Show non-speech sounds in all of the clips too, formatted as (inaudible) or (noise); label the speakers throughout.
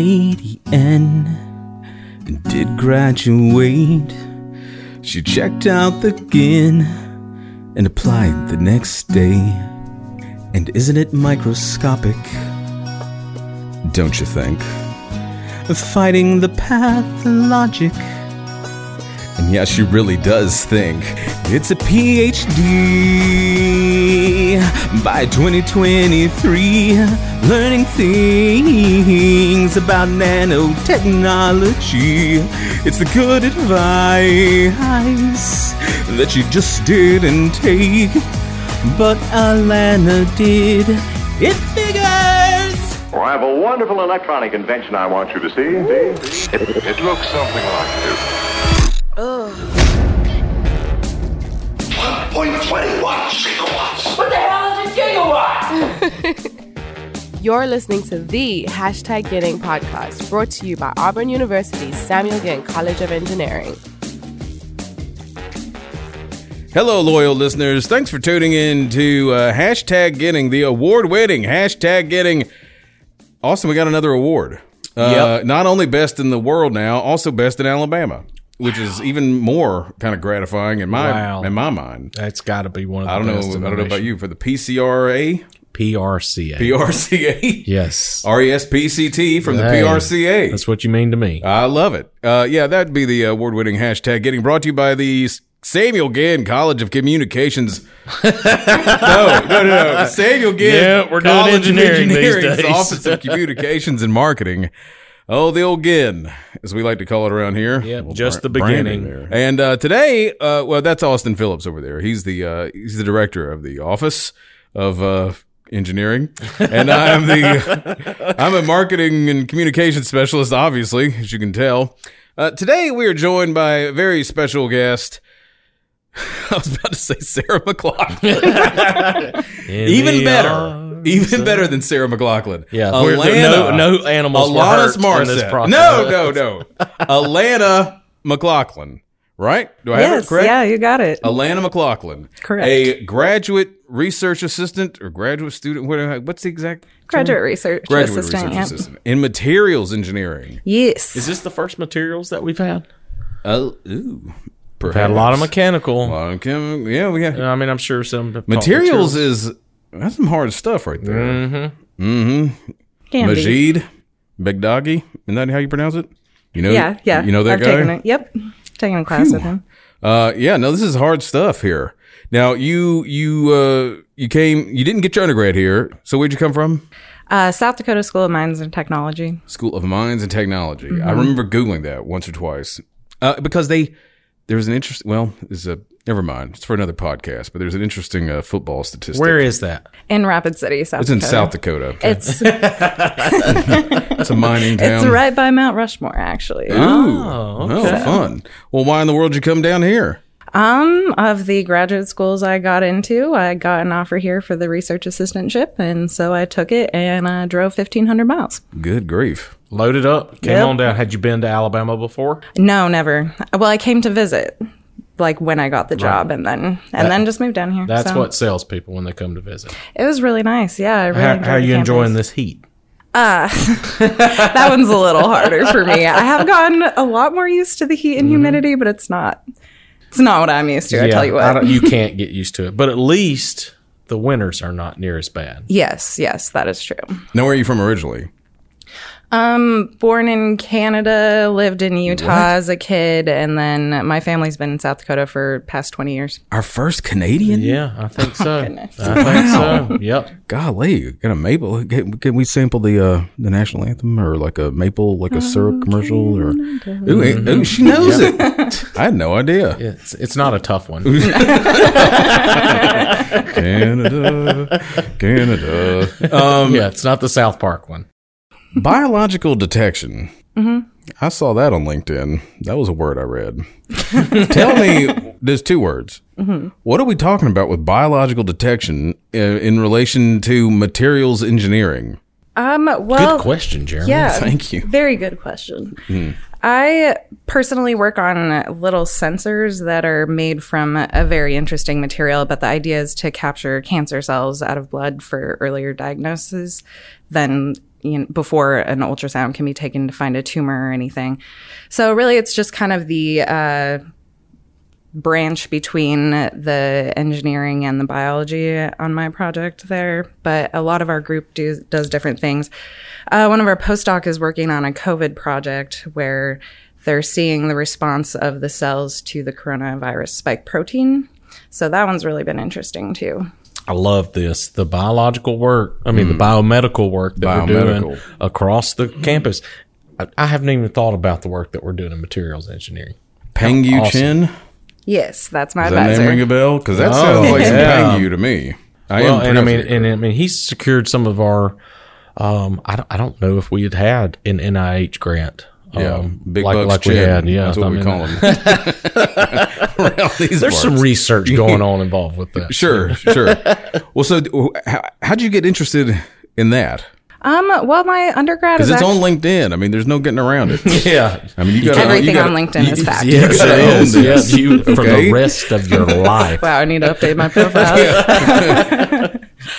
Speaker 1: Canadian and did graduate. She checked out the gin and applied the next day. And isn't it microscopic? Don't you think? Fighting the pathologic. And yeah, she really does think it's a PhD by 2023, learning things about nanotechnology. It's the good advice that you just didn't take, but Alana did. It figures!
Speaker 2: Well, I have a wonderful electronic invention I want you to see. see?
Speaker 3: It looks something like this.
Speaker 4: 1.21 gigawatts.
Speaker 5: What the hell is a gigawatt?
Speaker 6: You're listening to the hashtag Getting podcast, brought to you by Auburn University's Samuel Ginn College of Engineering.
Speaker 7: Hello, loyal listeners. Thanks for tuning in to uh, hashtag getting the award winning hashtag getting. Austin, we got another award. Uh, Not only best in the world now, also best in Alabama, which is even more kind of gratifying in my
Speaker 8: Wow.
Speaker 7: in my mind.
Speaker 8: That's got to be one of the
Speaker 7: I don't know.
Speaker 8: best
Speaker 7: I don't know
Speaker 8: innovations.
Speaker 7: about you for the PCRA,
Speaker 8: PRCA. (laughs)
Speaker 7: PRCA,
Speaker 8: yes.
Speaker 7: E RESPCT from the
Speaker 8: Hey,
Speaker 7: PRCA.
Speaker 8: That's what you mean to me.
Speaker 7: I love it. Uh, yeah, that'd be the award winning hashtag getting brought to you by the S- Samuel Ginn College of
Speaker 8: (laughs)
Speaker 7: Communications. no, no, no, no. Samuel Ginn.
Speaker 8: Yeah, we're doing
Speaker 7: College of
Speaker 8: engineering these
Speaker 7: Engineering's
Speaker 8: days.
Speaker 7: Office of Communications and Marketing. Oh, the old Ginn, as we like to call it around here.
Speaker 8: Yep,
Speaker 7: Well,
Speaker 8: just
Speaker 7: brand-
Speaker 8: the beginning.
Speaker 7: branding there. And uh, today, uh, well, that's Austin Phillips over there. He's the uh, he's the director of the office of uh, engineering, and I'm the (laughs) I'm a marketing and communications specialist, obviously, as you can tell. Uh, today, we are joined by a very special guest. (laughs) I was about to say Sarah McLaughlin. Even better. Even better than Sarah McLaughlin.
Speaker 8: Yeah. we're-
Speaker 7: Alana.
Speaker 8: No, no animals were
Speaker 7: Alana
Speaker 8: hurt
Speaker 7: Smart.
Speaker 8: in this
Speaker 7: said-
Speaker 8: process.
Speaker 7: No, no,
Speaker 8: (laughs)
Speaker 7: no. Alana McLaughlin. Right? Do I have it
Speaker 9: Yes,
Speaker 7: correct?
Speaker 9: yeah, you got it.
Speaker 7: Alana McLaughlin.
Speaker 9: Correct.
Speaker 7: A graduate research assistant or graduate student. What, uh, what's the exact Mm.
Speaker 9: Graduate research
Speaker 7: graduate
Speaker 9: assistant.
Speaker 7: research
Speaker 9: yeah.
Speaker 7: assistant in materials engineering?
Speaker 9: Yes.
Speaker 8: Is this the first materials that we've had?
Speaker 7: Oh, ooh. Perhaps.
Speaker 8: Had a lot of
Speaker 7: A
Speaker 8: mechanical.
Speaker 7: lot of chem- Yeah, we have.
Speaker 8: I mean, I'm sure some have called
Speaker 7: materials is that's some hard stuff right there.
Speaker 9: Mm-hmm. Can be.
Speaker 7: Majid Begdagi. Isn't that how you pronounce it? You know,
Speaker 9: Yeah, yeah.
Speaker 7: You know that
Speaker 9: I've
Speaker 7: guy?
Speaker 9: Taken a, yep, taking a class with him.
Speaker 7: Uh, yeah, no, this is hard stuff here. Now, you you uh, you came, you didn't get your undergrad here. So where'd you come from?
Speaker 9: Uh, South Dakota School of Mines and Technology.
Speaker 7: School of Mines and Technology. I remember googling that once or twice uh, because they there was an interest. Well, there's a never mind. It's for another podcast. But there's an interesting uh, football statistic.
Speaker 8: Where is that?
Speaker 9: In Rapid City, South
Speaker 7: it's in
Speaker 9: Dakota.
Speaker 7: South Dakota. Okay.
Speaker 9: It's it's
Speaker 7: It's a mining town.
Speaker 8: Um,
Speaker 9: right by Mount Rushmore, actually.
Speaker 7: Ooh, oh, fun. Well, why in the world did you come down here?
Speaker 9: Um, of the graduate schools I got into, I got an offer here for the research assistantship, and so I took it and I drove fifteen hundred miles.
Speaker 7: Good grief.
Speaker 8: Loaded up. Came
Speaker 9: Yep.
Speaker 8: on down. Had you been to Alabama before?
Speaker 9: No, never. Well, I came to visit, like when I got the job, and then and then just moved down here.
Speaker 8: That's
Speaker 9: so
Speaker 8: what sells people when they come to visit.
Speaker 9: it was really nice. Yeah, I really
Speaker 8: How,
Speaker 9: enjoyed
Speaker 8: how are
Speaker 9: the
Speaker 8: you
Speaker 9: campus.
Speaker 8: enjoying this heat?
Speaker 9: that
Speaker 8: (laughs)
Speaker 9: one's a little harder for me. I have gotten a lot more used to the heat and
Speaker 8: Mm-hmm.
Speaker 9: humidity, but it's not. It's not what I'm used to. I tell you
Speaker 8: I
Speaker 9: what.
Speaker 8: don't- you can't get used to it. But at least the winters are not near as bad.
Speaker 9: Yes, yes, that is true.
Speaker 7: Now, where are you from originally?
Speaker 9: Born in Canada, lived in Utah as a kid, and then my family's been in South Dakota for past 20 years.
Speaker 7: Our first Canadian?
Speaker 8: Yeah, I think so.
Speaker 9: goodness.
Speaker 8: I think so. Yep.
Speaker 7: Golly, got a maple. Can, can we sample the uh, the national anthem or like a maple, like a syrup commercial? Or ooh, eh, ooh, she knows it. I had no idea.
Speaker 8: It's it's not a tough one.
Speaker 7: Canada, Canada. Um,
Speaker 8: yeah, it's not the South Park one.
Speaker 7: biological detection. I saw that on LinkedIn. That was a word I read. (laughs) Tell me, there's two words. What are we talking about with biological detection in, in relation to materials engineering?
Speaker 9: Um,
Speaker 8: Good
Speaker 9: well,
Speaker 8: question, Hmm. Jeremy. (laughs)
Speaker 9: yeah.
Speaker 7: Thank you.
Speaker 9: Very good question. I personally work on little sensors that are made from a very interesting material, but the idea is to capture cancer cells out of blood for earlier diagnosis than you know, before an ultrasound can be taken to find a tumor or anything. So really, it's just kind of the uh, branch between the engineering and the biology on my project there. But a lot of our group do, does different things. Uh, one of our postdoc is working on a COVID project where they're seeing the response of the cells to the coronavirus spike protein. So that one's really been interesting too.
Speaker 8: I love this. The biological work, I mean, the biomedical work that we're doing
Speaker 7: Biomedical.
Speaker 8: across the campus. I, I haven't even thought about the work that we're doing in materials engineering.
Speaker 7: Pang Yu
Speaker 8: Awesome.
Speaker 7: Chin?
Speaker 9: Yes, that's my
Speaker 7: Does that name
Speaker 9: advisor.
Speaker 7: ring a bell? Because that
Speaker 8: Oh,
Speaker 7: sounds like some
Speaker 8: yeah.
Speaker 7: Pang Yu to me. I
Speaker 8: well,
Speaker 7: am
Speaker 8: and I mean,
Speaker 7: president.
Speaker 8: and I mean, he's secured some of our. Um, I don't, I don't know if we had had an NIH grant.
Speaker 7: yeah,
Speaker 8: um,
Speaker 7: big
Speaker 8: like,
Speaker 7: bucks
Speaker 8: like we
Speaker 7: Chin.
Speaker 8: had. Yeah,
Speaker 7: that's what
Speaker 8: I
Speaker 7: we
Speaker 8: mean,
Speaker 7: call (laughs) them. Around these
Speaker 8: There's some
Speaker 7: parts. (laughs)
Speaker 8: research going on involved with that.
Speaker 7: Sure, sure. well, so d- wh- how, how'd you get interested in that?
Speaker 9: Um, well, my undergrad
Speaker 7: Because
Speaker 9: is
Speaker 7: it's
Speaker 9: actually,
Speaker 7: on LinkedIn. I mean, there's no getting around (laughs) it.
Speaker 8: Yeah.
Speaker 7: I mean, you got
Speaker 9: everything
Speaker 7: gotta,
Speaker 9: on
Speaker 7: (laughs)
Speaker 9: LinkedIn is fact.
Speaker 8: Yes,
Speaker 7: gotta
Speaker 8: it
Speaker 7: own
Speaker 8: is.
Speaker 7: this.
Speaker 8: Yes, you for
Speaker 7: Okay.
Speaker 8: the rest of
Speaker 7: (laughs)
Speaker 8: your life.
Speaker 9: Wow, I need to update my profile.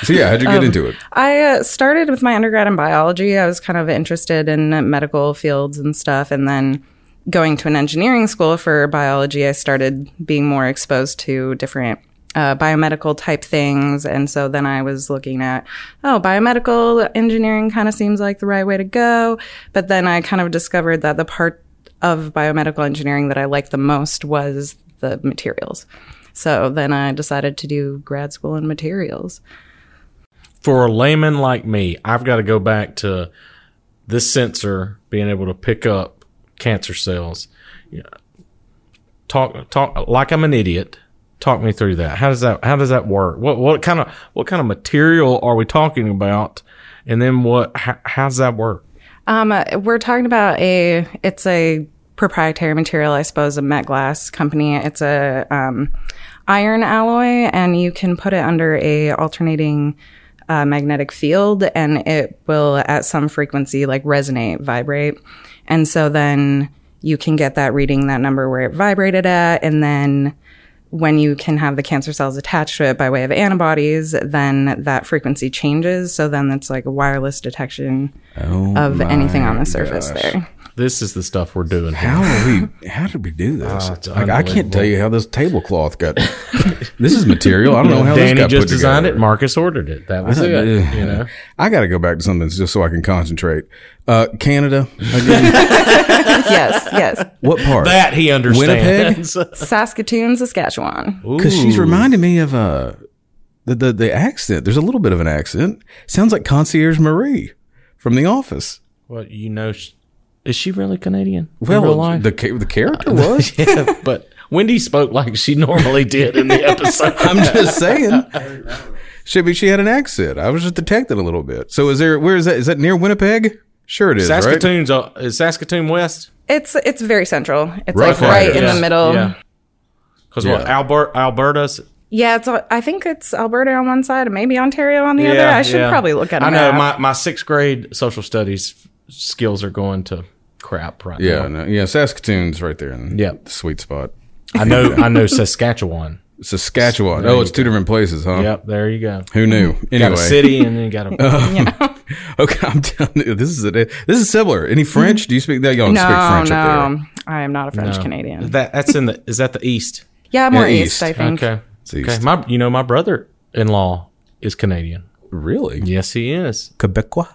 Speaker 7: So yeah, how'd you get
Speaker 9: Um,
Speaker 7: into it?
Speaker 9: I uh, started with my undergrad in biology. I was kind of interested in medical fields and stuff, and then going to an engineering school for biology, I started being more exposed to different uh, biomedical type things. And so then I was looking at, oh, biomedical engineering kind of seems like the right way to go. But then I kind of discovered that the part of biomedical engineering that I liked the most was the materials. So then I decided to do grad school in materials.
Speaker 8: for a layman like me, I've got to go back to this sensor being able to pick up cancer cells. You know, Talk, talk like I'm an idiot. Talk me through that. How does that? How does that work? What what kind of what kind of material are we talking about? And then what? How, how does that work?
Speaker 9: Um, uh, we're talking about a. It's a proprietary material, I suppose, a Met Glass company. It's a um, iron alloy, and you can put it under a alternating uh, magnetic field, and it will at some frequency like resonate, vibrate, and so then you can get that reading, that number where it vibrated at, and then when you can have the cancer cells attached to it by way of antibodies, then that frequency changes. So then it's like a wireless detection of anything on the surface there. (laughs)
Speaker 8: This is the stuff we're doing. Here.
Speaker 7: How are we? How did we do this?
Speaker 8: it's
Speaker 7: like, I can't tell you how this tablecloth (laughs) got. this is material. I don't know how this
Speaker 8: Danny
Speaker 7: got
Speaker 8: just
Speaker 7: put
Speaker 8: designed
Speaker 7: together.
Speaker 8: it. Marcus ordered it. That was it.
Speaker 7: Uh,
Speaker 8: You know.
Speaker 7: I got to go back to something just so I can concentrate. Uh, Canada (laughs) again.
Speaker 9: yes, yes.
Speaker 7: what part?
Speaker 8: That he understands. (laughs)
Speaker 9: Saskatoon, Saskatchewan.
Speaker 7: Because she's reminding me of uh, the, the the accent. There's a little bit of an accent. Sounds like Concierge Marie from The Office.
Speaker 8: Well, you know, sh- is she really Canadian? in real
Speaker 7: Well,
Speaker 8: life?
Speaker 7: the ca- the (laughs) character was.
Speaker 8: (laughs) yeah, but Wendy spoke like she normally did in (laughs) the episode.
Speaker 7: I'm just (laughs) saying. She, but she had an accent. I was just detecting a little bit. So is there? Where is that? Is that near Winnipeg? Sure, it is. right?
Speaker 8: Saskatoon's uh, is Saskatoon West,
Speaker 9: It's it's very central. It's
Speaker 7: Right
Speaker 9: like
Speaker 7: there.
Speaker 9: right in
Speaker 7: Yeah,
Speaker 9: the middle.
Speaker 8: Yeah,
Speaker 9: Yeah,
Speaker 8: because
Speaker 7: Yeah.
Speaker 8: what Albert Alberta's
Speaker 9: it's all- I think it's Alberta on one side and maybe Ontario on the other. I should
Speaker 8: yeah.
Speaker 9: probably look at.
Speaker 8: I
Speaker 9: I
Speaker 8: know my my sixth grade social studies skills are going to crap right
Speaker 7: Yeah, no,
Speaker 8: now.
Speaker 7: yeah. Saskatoon's right there in
Speaker 8: Yeah.
Speaker 7: the sweet spot.
Speaker 8: I (laughs) know I know Saskatchewan.
Speaker 7: Saskatchewan. Oh, it's two different places, huh?
Speaker 8: Yep, there you go.
Speaker 7: Who knew?
Speaker 8: Got
Speaker 7: Anyway,
Speaker 8: a city and then got (laughs) a
Speaker 7: okay. (laughs) I'm telling you, this is a, this is similar. Any French? Do you speak that? You don't
Speaker 9: no,
Speaker 7: speak French up there.
Speaker 9: no, I am not a French Canadian.
Speaker 8: that that's in the is that the east?
Speaker 9: Yeah, more
Speaker 7: Yeah,
Speaker 9: east,
Speaker 7: east.
Speaker 9: I think.
Speaker 8: Okay,
Speaker 7: east.
Speaker 8: okay. My you know my brother in law is Canadian.
Speaker 7: Really?
Speaker 8: Yes, he is
Speaker 7: Quebecois.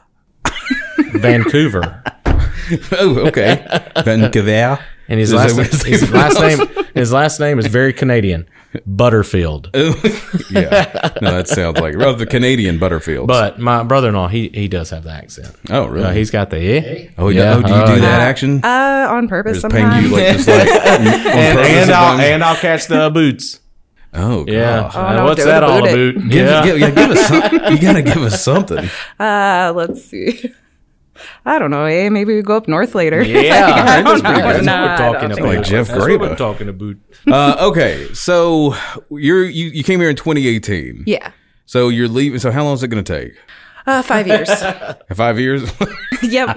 Speaker 8: Vancouver.
Speaker 7: (laughs) Oh,
Speaker 8: (laughs)
Speaker 7: okay. Vancouver.
Speaker 8: And his
Speaker 7: Is
Speaker 8: last,
Speaker 7: that what it's
Speaker 8: his
Speaker 7: even
Speaker 8: (laughs) last name his last name is very Canadian, Butterfield.
Speaker 7: (laughs) yeah. No, that sounds like well, the Canadian Butterfields.
Speaker 8: But my brother-in-law, he he does have the accent.
Speaker 7: oh, really?
Speaker 8: Uh, he's got the eh.
Speaker 7: oh, yeah.
Speaker 8: yeah.
Speaker 7: oh, do you
Speaker 8: Oh,
Speaker 7: do
Speaker 8: yeah.
Speaker 7: that action?
Speaker 9: Uh, on purpose
Speaker 7: Just paying
Speaker 9: sometimes.
Speaker 7: you like just
Speaker 9: (laughs)
Speaker 7: like on
Speaker 8: and,
Speaker 7: purpose
Speaker 8: and I'll
Speaker 7: sometimes?
Speaker 8: and I'll catch the boots.
Speaker 7: oh God.
Speaker 8: Yeah,
Speaker 9: Oh, no,
Speaker 8: what's
Speaker 9: do
Speaker 8: that
Speaker 9: the
Speaker 8: all
Speaker 9: boot
Speaker 8: about?
Speaker 9: it.
Speaker 7: Give,
Speaker 8: Yeah,
Speaker 7: give- yeah, give us some,
Speaker 8: (laughs)
Speaker 7: you gotta give us something.
Speaker 9: uh, let's see. (laughs) I don't know. Eh? Maybe we go up north later.
Speaker 8: yeah.
Speaker 7: That's pretty good.
Speaker 8: That's what we're
Speaker 9: I don't
Speaker 8: talking
Speaker 9: think
Speaker 8: about.
Speaker 7: Like Jeff
Speaker 8: That's what we're
Speaker 7: Graba.
Speaker 8: talking about.
Speaker 7: Uh, okay, so you're you, you came here in 2018.
Speaker 9: (laughs) yeah.
Speaker 7: So you're leaving. So how long is it gonna take?
Speaker 9: Uh, five years. (laughs)
Speaker 7: Five years. (laughs)
Speaker 9: yep.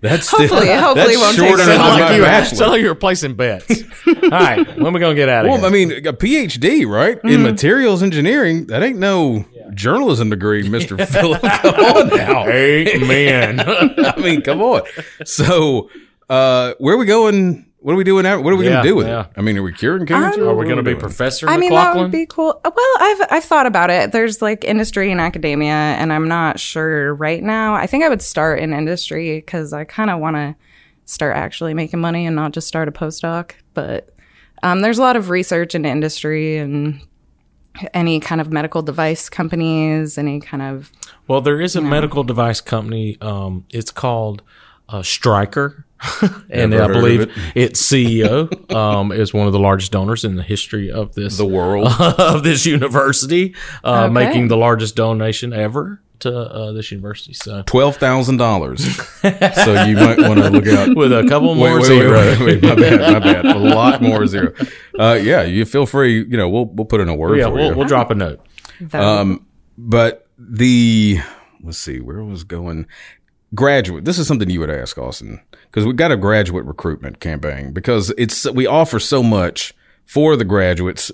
Speaker 7: that's still,
Speaker 9: (laughs) Hopefully- hopefully
Speaker 7: that's
Speaker 9: it won't take
Speaker 7: shorter
Speaker 9: so
Speaker 7: than
Speaker 9: long.
Speaker 7: my
Speaker 8: Sound like you-
Speaker 7: bachelor.
Speaker 8: sound like you're placing bets. all right, when we gonna get out of
Speaker 7: Well, I
Speaker 8: here? Mm-hmm.
Speaker 7: mean, a PhD, right? In materials engineering, that ain't no journalism degree, Mister Philip. Come on now,
Speaker 8: Amen.
Speaker 7: I mean, come on. So, uh, where are we going? What are we doing? Now? What are we going
Speaker 8: Yeah,
Speaker 7: to do with
Speaker 8: yeah. Um,
Speaker 7: it? I mean, are we curing cancer?
Speaker 8: (laughs) Are we going to be
Speaker 7: professional?
Speaker 8: Professor
Speaker 9: I mean, that
Speaker 8: McLaughlin?
Speaker 9: would be cool. Uh, Well, I've I've thought about it. There's like industry and academia, and I'm not sure right now. I think I would start in industry because I kind of want to start actually making money and not just start a postdoc. But um, there's a lot of research in industry and any kind of medical device companies, any kind of
Speaker 8: well, there is a medical device company. Um, it's called uh, Stryker. (laughs) and
Speaker 7: Never
Speaker 8: I
Speaker 7: heard of
Speaker 8: believe
Speaker 7: it. (laughs)
Speaker 8: its CEO um, is one of the largest donors in the history of this
Speaker 7: The world.
Speaker 8: (laughs) of this university, uh,
Speaker 9: Okay.
Speaker 8: making the largest donation ever to uh, this university. So
Speaker 7: Twelve thousand dollars.
Speaker 8: (laughs)
Speaker 7: so you might want to look out.
Speaker 8: with a couple (laughs) more
Speaker 7: (laughs) wait, wait,
Speaker 8: zero.
Speaker 7: wait, wait, wait, my bad, my bad. A lot
Speaker 8: (laughs)
Speaker 7: more zero. Uh, yeah, you feel free. You know, we'll we'll put in a word
Speaker 8: Oh, yeah,
Speaker 7: for
Speaker 8: we'll,
Speaker 7: you.
Speaker 8: we'll drop a note.
Speaker 9: that
Speaker 7: Um, but the let's see where was going graduate. This is something you would ask Austin because we got a graduate recruitment campaign because it's we offer so much for the graduates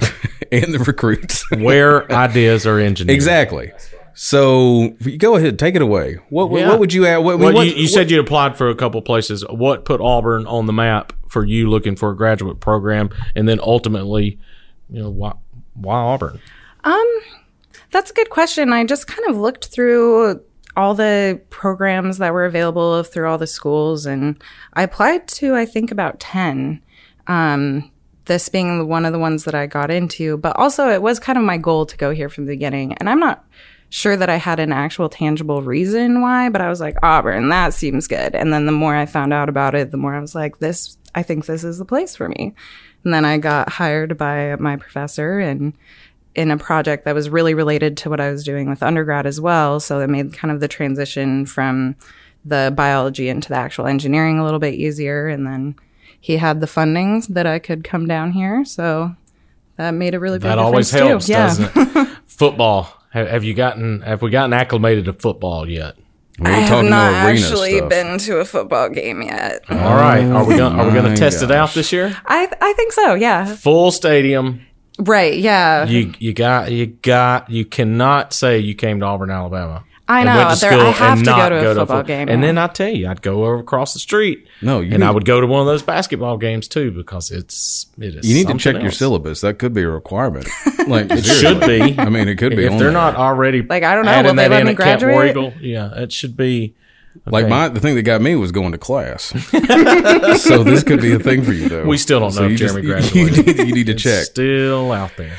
Speaker 7: (laughs) and the recruits. (laughs)
Speaker 8: Where ideas are engineered.
Speaker 7: exactly. So go ahead, take it away. What
Speaker 8: Yeah.
Speaker 7: what would you add? What, I mean,
Speaker 8: Well,
Speaker 7: what-
Speaker 8: you, you said you applied for a couple places. What put Auburn on the map for you looking for a graduate program, and then ultimately, you know, why why Auburn?
Speaker 9: That's a good question. I just kind of looked through all the programs that were available through all the schools, and I applied to, I think, about 10. Um, this being the- one of the ones that I got into, but also it was kind of my goal to go here from the beginning. And I'm not sure that I had an actual tangible reason why, but I was like, Auburn, that seems good. And then the more I found out about it, the more I was like, this, I think this is the place for me. And then I got hired by my professor and in a project that was really related to what I was doing with undergrad as well. So it made kind of the transition from the biology into the actual engineering a little bit easier. And then he had the funding that I could come down here. So that made a really big
Speaker 8: That
Speaker 9: difference
Speaker 8: always
Speaker 9: too.
Speaker 8: helps,
Speaker 9: yeah.
Speaker 8: doesn't
Speaker 9: (laughs)
Speaker 8: it? football. Have, have you gotten? Have we gotten acclimated to football yet?
Speaker 7: we
Speaker 9: I have
Speaker 7: talking
Speaker 9: not
Speaker 7: no arena
Speaker 9: actually
Speaker 7: stuff.
Speaker 9: been to a football game yet.
Speaker 8: All right, are we gonna, are we going
Speaker 7: Oh my
Speaker 8: to test it out
Speaker 7: gosh.
Speaker 8: this year?
Speaker 9: I I think so. Yeah.
Speaker 8: Full stadium.
Speaker 9: Right. Yeah.
Speaker 8: You you got you got you cannot say you came to Auburn, Alabama.
Speaker 9: I
Speaker 8: and
Speaker 9: know.
Speaker 8: went to
Speaker 9: There- I
Speaker 8: school
Speaker 9: have
Speaker 8: and
Speaker 9: to go
Speaker 8: not
Speaker 9: to a
Speaker 8: fo-
Speaker 9: football game,
Speaker 8: And
Speaker 9: yeah.
Speaker 8: then I tell you, I'd go over across the street.
Speaker 7: No, you
Speaker 8: and I
Speaker 7: need-
Speaker 8: would go to one of those basketball games too because it's it is.
Speaker 7: You need to
Speaker 8: something
Speaker 7: check your
Speaker 8: else.
Speaker 7: syllabus. That could be a
Speaker 8: (laughs)
Speaker 7: requirement. Like it
Speaker 8: Should be.
Speaker 7: I mean, it could be.
Speaker 8: If
Speaker 7: on
Speaker 8: they're
Speaker 7: there.
Speaker 8: not already
Speaker 9: Like, I don't know,
Speaker 8: adding
Speaker 9: will they
Speaker 8: that
Speaker 9: let
Speaker 8: in
Speaker 9: me
Speaker 8: at Camp
Speaker 9: graduate?
Speaker 8: Warrigal, yeah, it should be.
Speaker 7: like
Speaker 8: okay.
Speaker 7: my the thing that got me was going to class. (laughs) so this could be a thing for you, though.
Speaker 8: We still don't
Speaker 7: So
Speaker 8: know
Speaker 7: (laughs) you
Speaker 8: if Jeremy
Speaker 7: just- you-
Speaker 8: graduated.
Speaker 7: You need, you need to check.
Speaker 8: Still out there.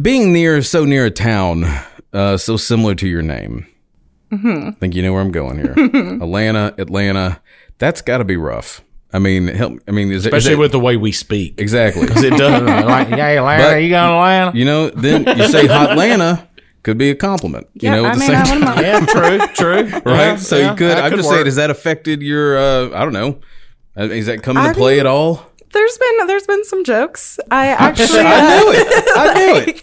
Speaker 7: Being near so near a town, uh, so similar to your name. I think you know where I'm going here. Atlanta, Atlanta. That's got to be rough. I mean, help. I mean, is it- is
Speaker 8: Especially
Speaker 7: it-
Speaker 8: with the way we speak. (laughs)
Speaker 7: exactly. (laughs)
Speaker 8: It doesn't like, hey,
Speaker 7: But-
Speaker 8: Atlanta, you got Atlanta?
Speaker 7: You know, then you
Speaker 9: (laughs)
Speaker 7: say Hotlanta could be a compliment.
Speaker 9: yeah.
Speaker 7: you know, at
Speaker 9: I
Speaker 7: the
Speaker 9: mean,
Speaker 7: same
Speaker 9: I
Speaker 7: time.
Speaker 9: wouldn't
Speaker 7: (laughs)
Speaker 9: mind.
Speaker 8: Yeah, true, true.
Speaker 7: right?
Speaker 8: Yeah,
Speaker 7: so
Speaker 8: yeah,
Speaker 7: you could.
Speaker 8: that
Speaker 7: I'm just saying,
Speaker 8: work.
Speaker 7: has that affected your? Uh, I don't know. Uh, Is that coming
Speaker 9: I
Speaker 7: to play
Speaker 9: mean-
Speaker 7: at
Speaker 9: (laughs)
Speaker 7: all?
Speaker 9: There's been there's been some jokes.
Speaker 7: (laughs)
Speaker 9: I actually
Speaker 7: I knew it. I knew
Speaker 9: (laughs)
Speaker 7: it.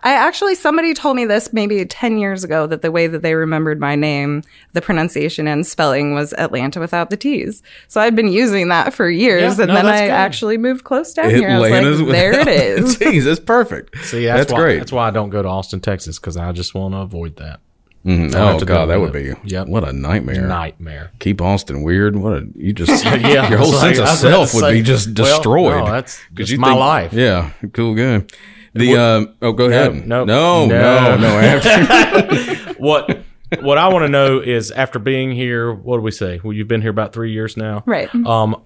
Speaker 9: I actually, somebody told me this maybe 10 years ago that the way that they remembered my name, the pronunciation and spelling was Atlanta without the T's. So I've been using that for years.
Speaker 8: Yeah,
Speaker 9: and
Speaker 8: no,
Speaker 9: then
Speaker 8: that's
Speaker 9: I
Speaker 8: good.
Speaker 9: actually moved close down here. I was
Speaker 7: Atlanta's
Speaker 9: like,
Speaker 7: (laughs)
Speaker 9: there it is.
Speaker 7: Jeez, that's perfect.
Speaker 8: See, that's, why,
Speaker 7: great.
Speaker 8: That's why I don't go to Austin, Texas, because I just want to avoid that
Speaker 7: Mhm.
Speaker 8: I'll have
Speaker 7: Oh
Speaker 8: to
Speaker 7: god,
Speaker 8: deal
Speaker 7: that would
Speaker 8: with
Speaker 7: be.
Speaker 8: it. Yep.
Speaker 7: What a nightmare.
Speaker 8: nightmare.
Speaker 7: Keep Austin weird. What a you
Speaker 8: (laughs)
Speaker 7: just
Speaker 8: Yeah,
Speaker 7: (laughs) your whole
Speaker 8: it's like-
Speaker 7: sense of
Speaker 8: I was
Speaker 7: self
Speaker 8: about
Speaker 7: would
Speaker 8: to
Speaker 7: be
Speaker 8: say,
Speaker 7: just
Speaker 8: well,
Speaker 7: destroyed.
Speaker 8: no, that's
Speaker 7: 'Cause
Speaker 8: just
Speaker 7: you
Speaker 8: my
Speaker 7: think-
Speaker 8: life.
Speaker 7: Yeah, cool guy. The um, oh, go ahead.
Speaker 8: no,
Speaker 7: no, no,
Speaker 8: no.
Speaker 7: no.
Speaker 8: (laughs)
Speaker 7: After
Speaker 8: What what I want to know is after being here, what do we say? Well, you've been here about three years now.
Speaker 9: Right.
Speaker 8: Um,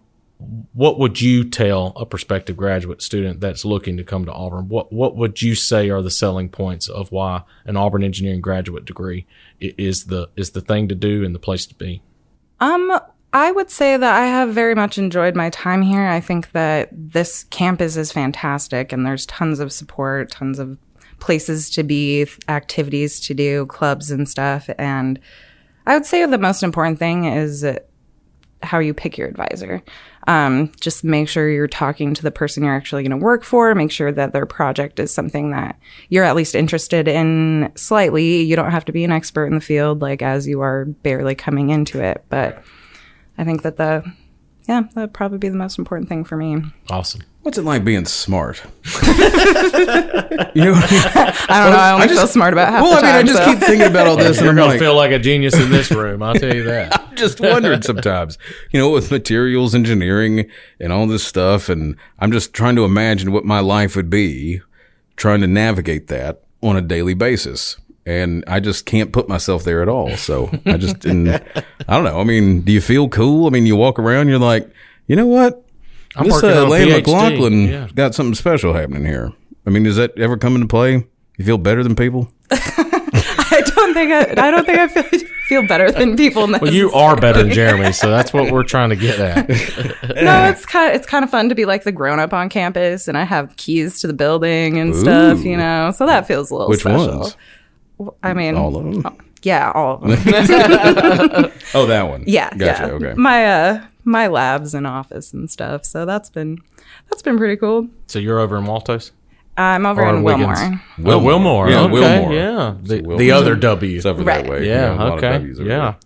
Speaker 8: what would you tell a prospective graduate student that's looking to come to Auburn? What What would you say are the selling points of why an Auburn engineering graduate degree i- is the is the thing to do and the place to be?
Speaker 9: Um, I would say that I have very much enjoyed my time here. I think that this campus is fantastic and there's tons of support, tons of places to be, activities to do, clubs and stuff. And I would say the most important thing is how you pick your advisor. Um, just make sure you're talking to the person you're actually going to work for. Make sure that their project is something that you're at least interested in slightly. You don't have to be an expert in the field, like as you are barely coming into it. But I think that the yeah, that'd probably be the most important thing for me. (laughs)
Speaker 8: Awesome.
Speaker 7: What's it like being smart? you know, what I mean?
Speaker 9: I don't know. I only
Speaker 7: just-
Speaker 9: feel smart about half
Speaker 7: well,
Speaker 9: the
Speaker 7: I mean, I
Speaker 9: time,
Speaker 7: just
Speaker 9: so.
Speaker 7: keep thinking about all this, and
Speaker 8: You're
Speaker 7: I'm
Speaker 8: (laughs) gonna
Speaker 7: like,
Speaker 8: feel like a genius in this room. I'll tell you that.
Speaker 7: I'm (laughs) just wondering sometimes, you know, with materials engineering and all this stuff, and I'm just trying to imagine what my life would be, trying to navigate that on a daily basis, and I just can't put myself there at all. So I just,
Speaker 9: (laughs)
Speaker 7: didn't, I don't know. I mean, do you feel cool? I mean, you walk around, you're like, you know what?
Speaker 8: I'm
Speaker 7: this uh,
Speaker 8: working on a
Speaker 7: Lane
Speaker 8: PhD.
Speaker 7: McLaughlin
Speaker 8: Yeah.
Speaker 7: got something special happening here. I mean, does that ever come into play? You feel better than people?
Speaker 9: I don't think I, I don't think I feel, (laughs) feel better than people.
Speaker 8: Well, you are better than Jeremy, so that's what we're trying to get
Speaker 7: (laughs)
Speaker 8: at.
Speaker 9: no, it's kind of, it's kind of fun to be like the grown up on campus, and I have keys to the building and stuff, you know. So that feels a little
Speaker 7: Which
Speaker 9: special.
Speaker 7: ones?
Speaker 9: I mean,
Speaker 7: All of
Speaker 9: Oh.
Speaker 7: them?
Speaker 9: yeah, all of them.
Speaker 7: Oh, that one.
Speaker 9: Yeah,
Speaker 7: Gotcha.
Speaker 9: yeah.
Speaker 7: Okay.
Speaker 9: My uh, my labs and office and stuff. So that's been that's been pretty cool.
Speaker 8: So you're over in Waltos?
Speaker 9: I'm over
Speaker 8: Or
Speaker 9: in
Speaker 8: Wiggins.
Speaker 9: Wilmore.
Speaker 8: Wilmore. Oh, Wilmore.
Speaker 7: Yeah,
Speaker 8: okay,
Speaker 7: Wilmore.
Speaker 8: Yeah. The,
Speaker 7: Wilmore.
Speaker 8: the other W.
Speaker 7: It's over
Speaker 9: Right.
Speaker 7: that way.
Speaker 8: yeah,
Speaker 7: a lot of
Speaker 8: okay.
Speaker 7: W's over
Speaker 8: Yeah.
Speaker 7: there.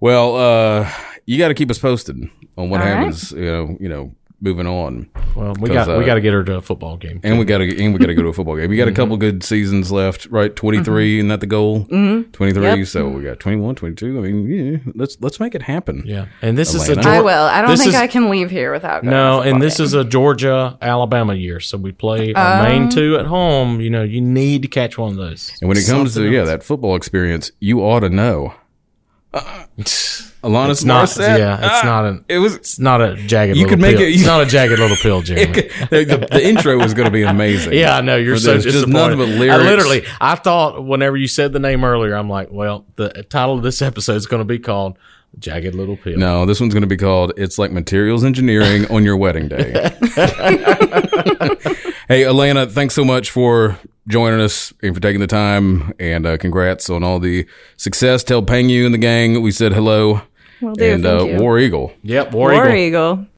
Speaker 7: Well, uh, you got to keep us posted on what
Speaker 9: All right.
Speaker 7: happens. You know, you know, moving on,
Speaker 8: Well, we
Speaker 7: 'Cause,
Speaker 8: got we
Speaker 7: uh,
Speaker 8: got to get her to a football game.
Speaker 7: and we got to and we got to go to a football game. You got
Speaker 9: Mm-hmm.
Speaker 7: a couple good seasons left, right? Twenty isn't that the goal? Twenty three.
Speaker 9: Mm-hmm. Yep.
Speaker 7: So we got 21, 22. I mean, yeah, let's let's make it happen.
Speaker 8: Yeah. And this is a
Speaker 7: Atlanta.
Speaker 8: Geor-
Speaker 9: I will. I don't
Speaker 8: this
Speaker 9: think
Speaker 8: is-
Speaker 9: I can leave here without. Going
Speaker 8: No,
Speaker 9: to a
Speaker 8: and this
Speaker 9: football
Speaker 8: is a Georgia Alabama year, so we play
Speaker 9: Um,
Speaker 8: our main two at home. You know, you need to catch one of those.
Speaker 7: And when it comes to yeah, that football experience, you ought to know. Uh, Alanis
Speaker 8: It's not.
Speaker 7: Morissette?
Speaker 8: Yeah, it's not an.
Speaker 7: It was (laughs)
Speaker 8: It's not a jagged.
Speaker 7: You
Speaker 8: little
Speaker 7: could make
Speaker 8: pill.
Speaker 7: it-
Speaker 8: it's not a jagged little (laughs) pill, Jeremy.
Speaker 7: the, the, the intro was going to be amazing.
Speaker 8: Yeah, I know you're
Speaker 7: But
Speaker 8: so
Speaker 7: there's just nothing
Speaker 8: disappointed.
Speaker 7: but
Speaker 8: I
Speaker 7: lyrics.
Speaker 8: literally, I thought whenever you said the name earlier, I'm like, well, the title of this episode is going to be called "Jagged Little Pill."
Speaker 7: No, this one's going to be called "It's Like Materials Engineering on Your Wedding
Speaker 9: (laughs)
Speaker 7: Day." hey, Elena, thanks so much for joining us and for taking the time, and uh, congrats on all the success. Tell Peng Yu and the gang we said hello,
Speaker 9: Will do,
Speaker 7: and
Speaker 9: thank
Speaker 7: uh,
Speaker 9: you.
Speaker 7: War Eagle.
Speaker 8: Yep, War,
Speaker 9: War
Speaker 8: Eagle.
Speaker 9: Eagle.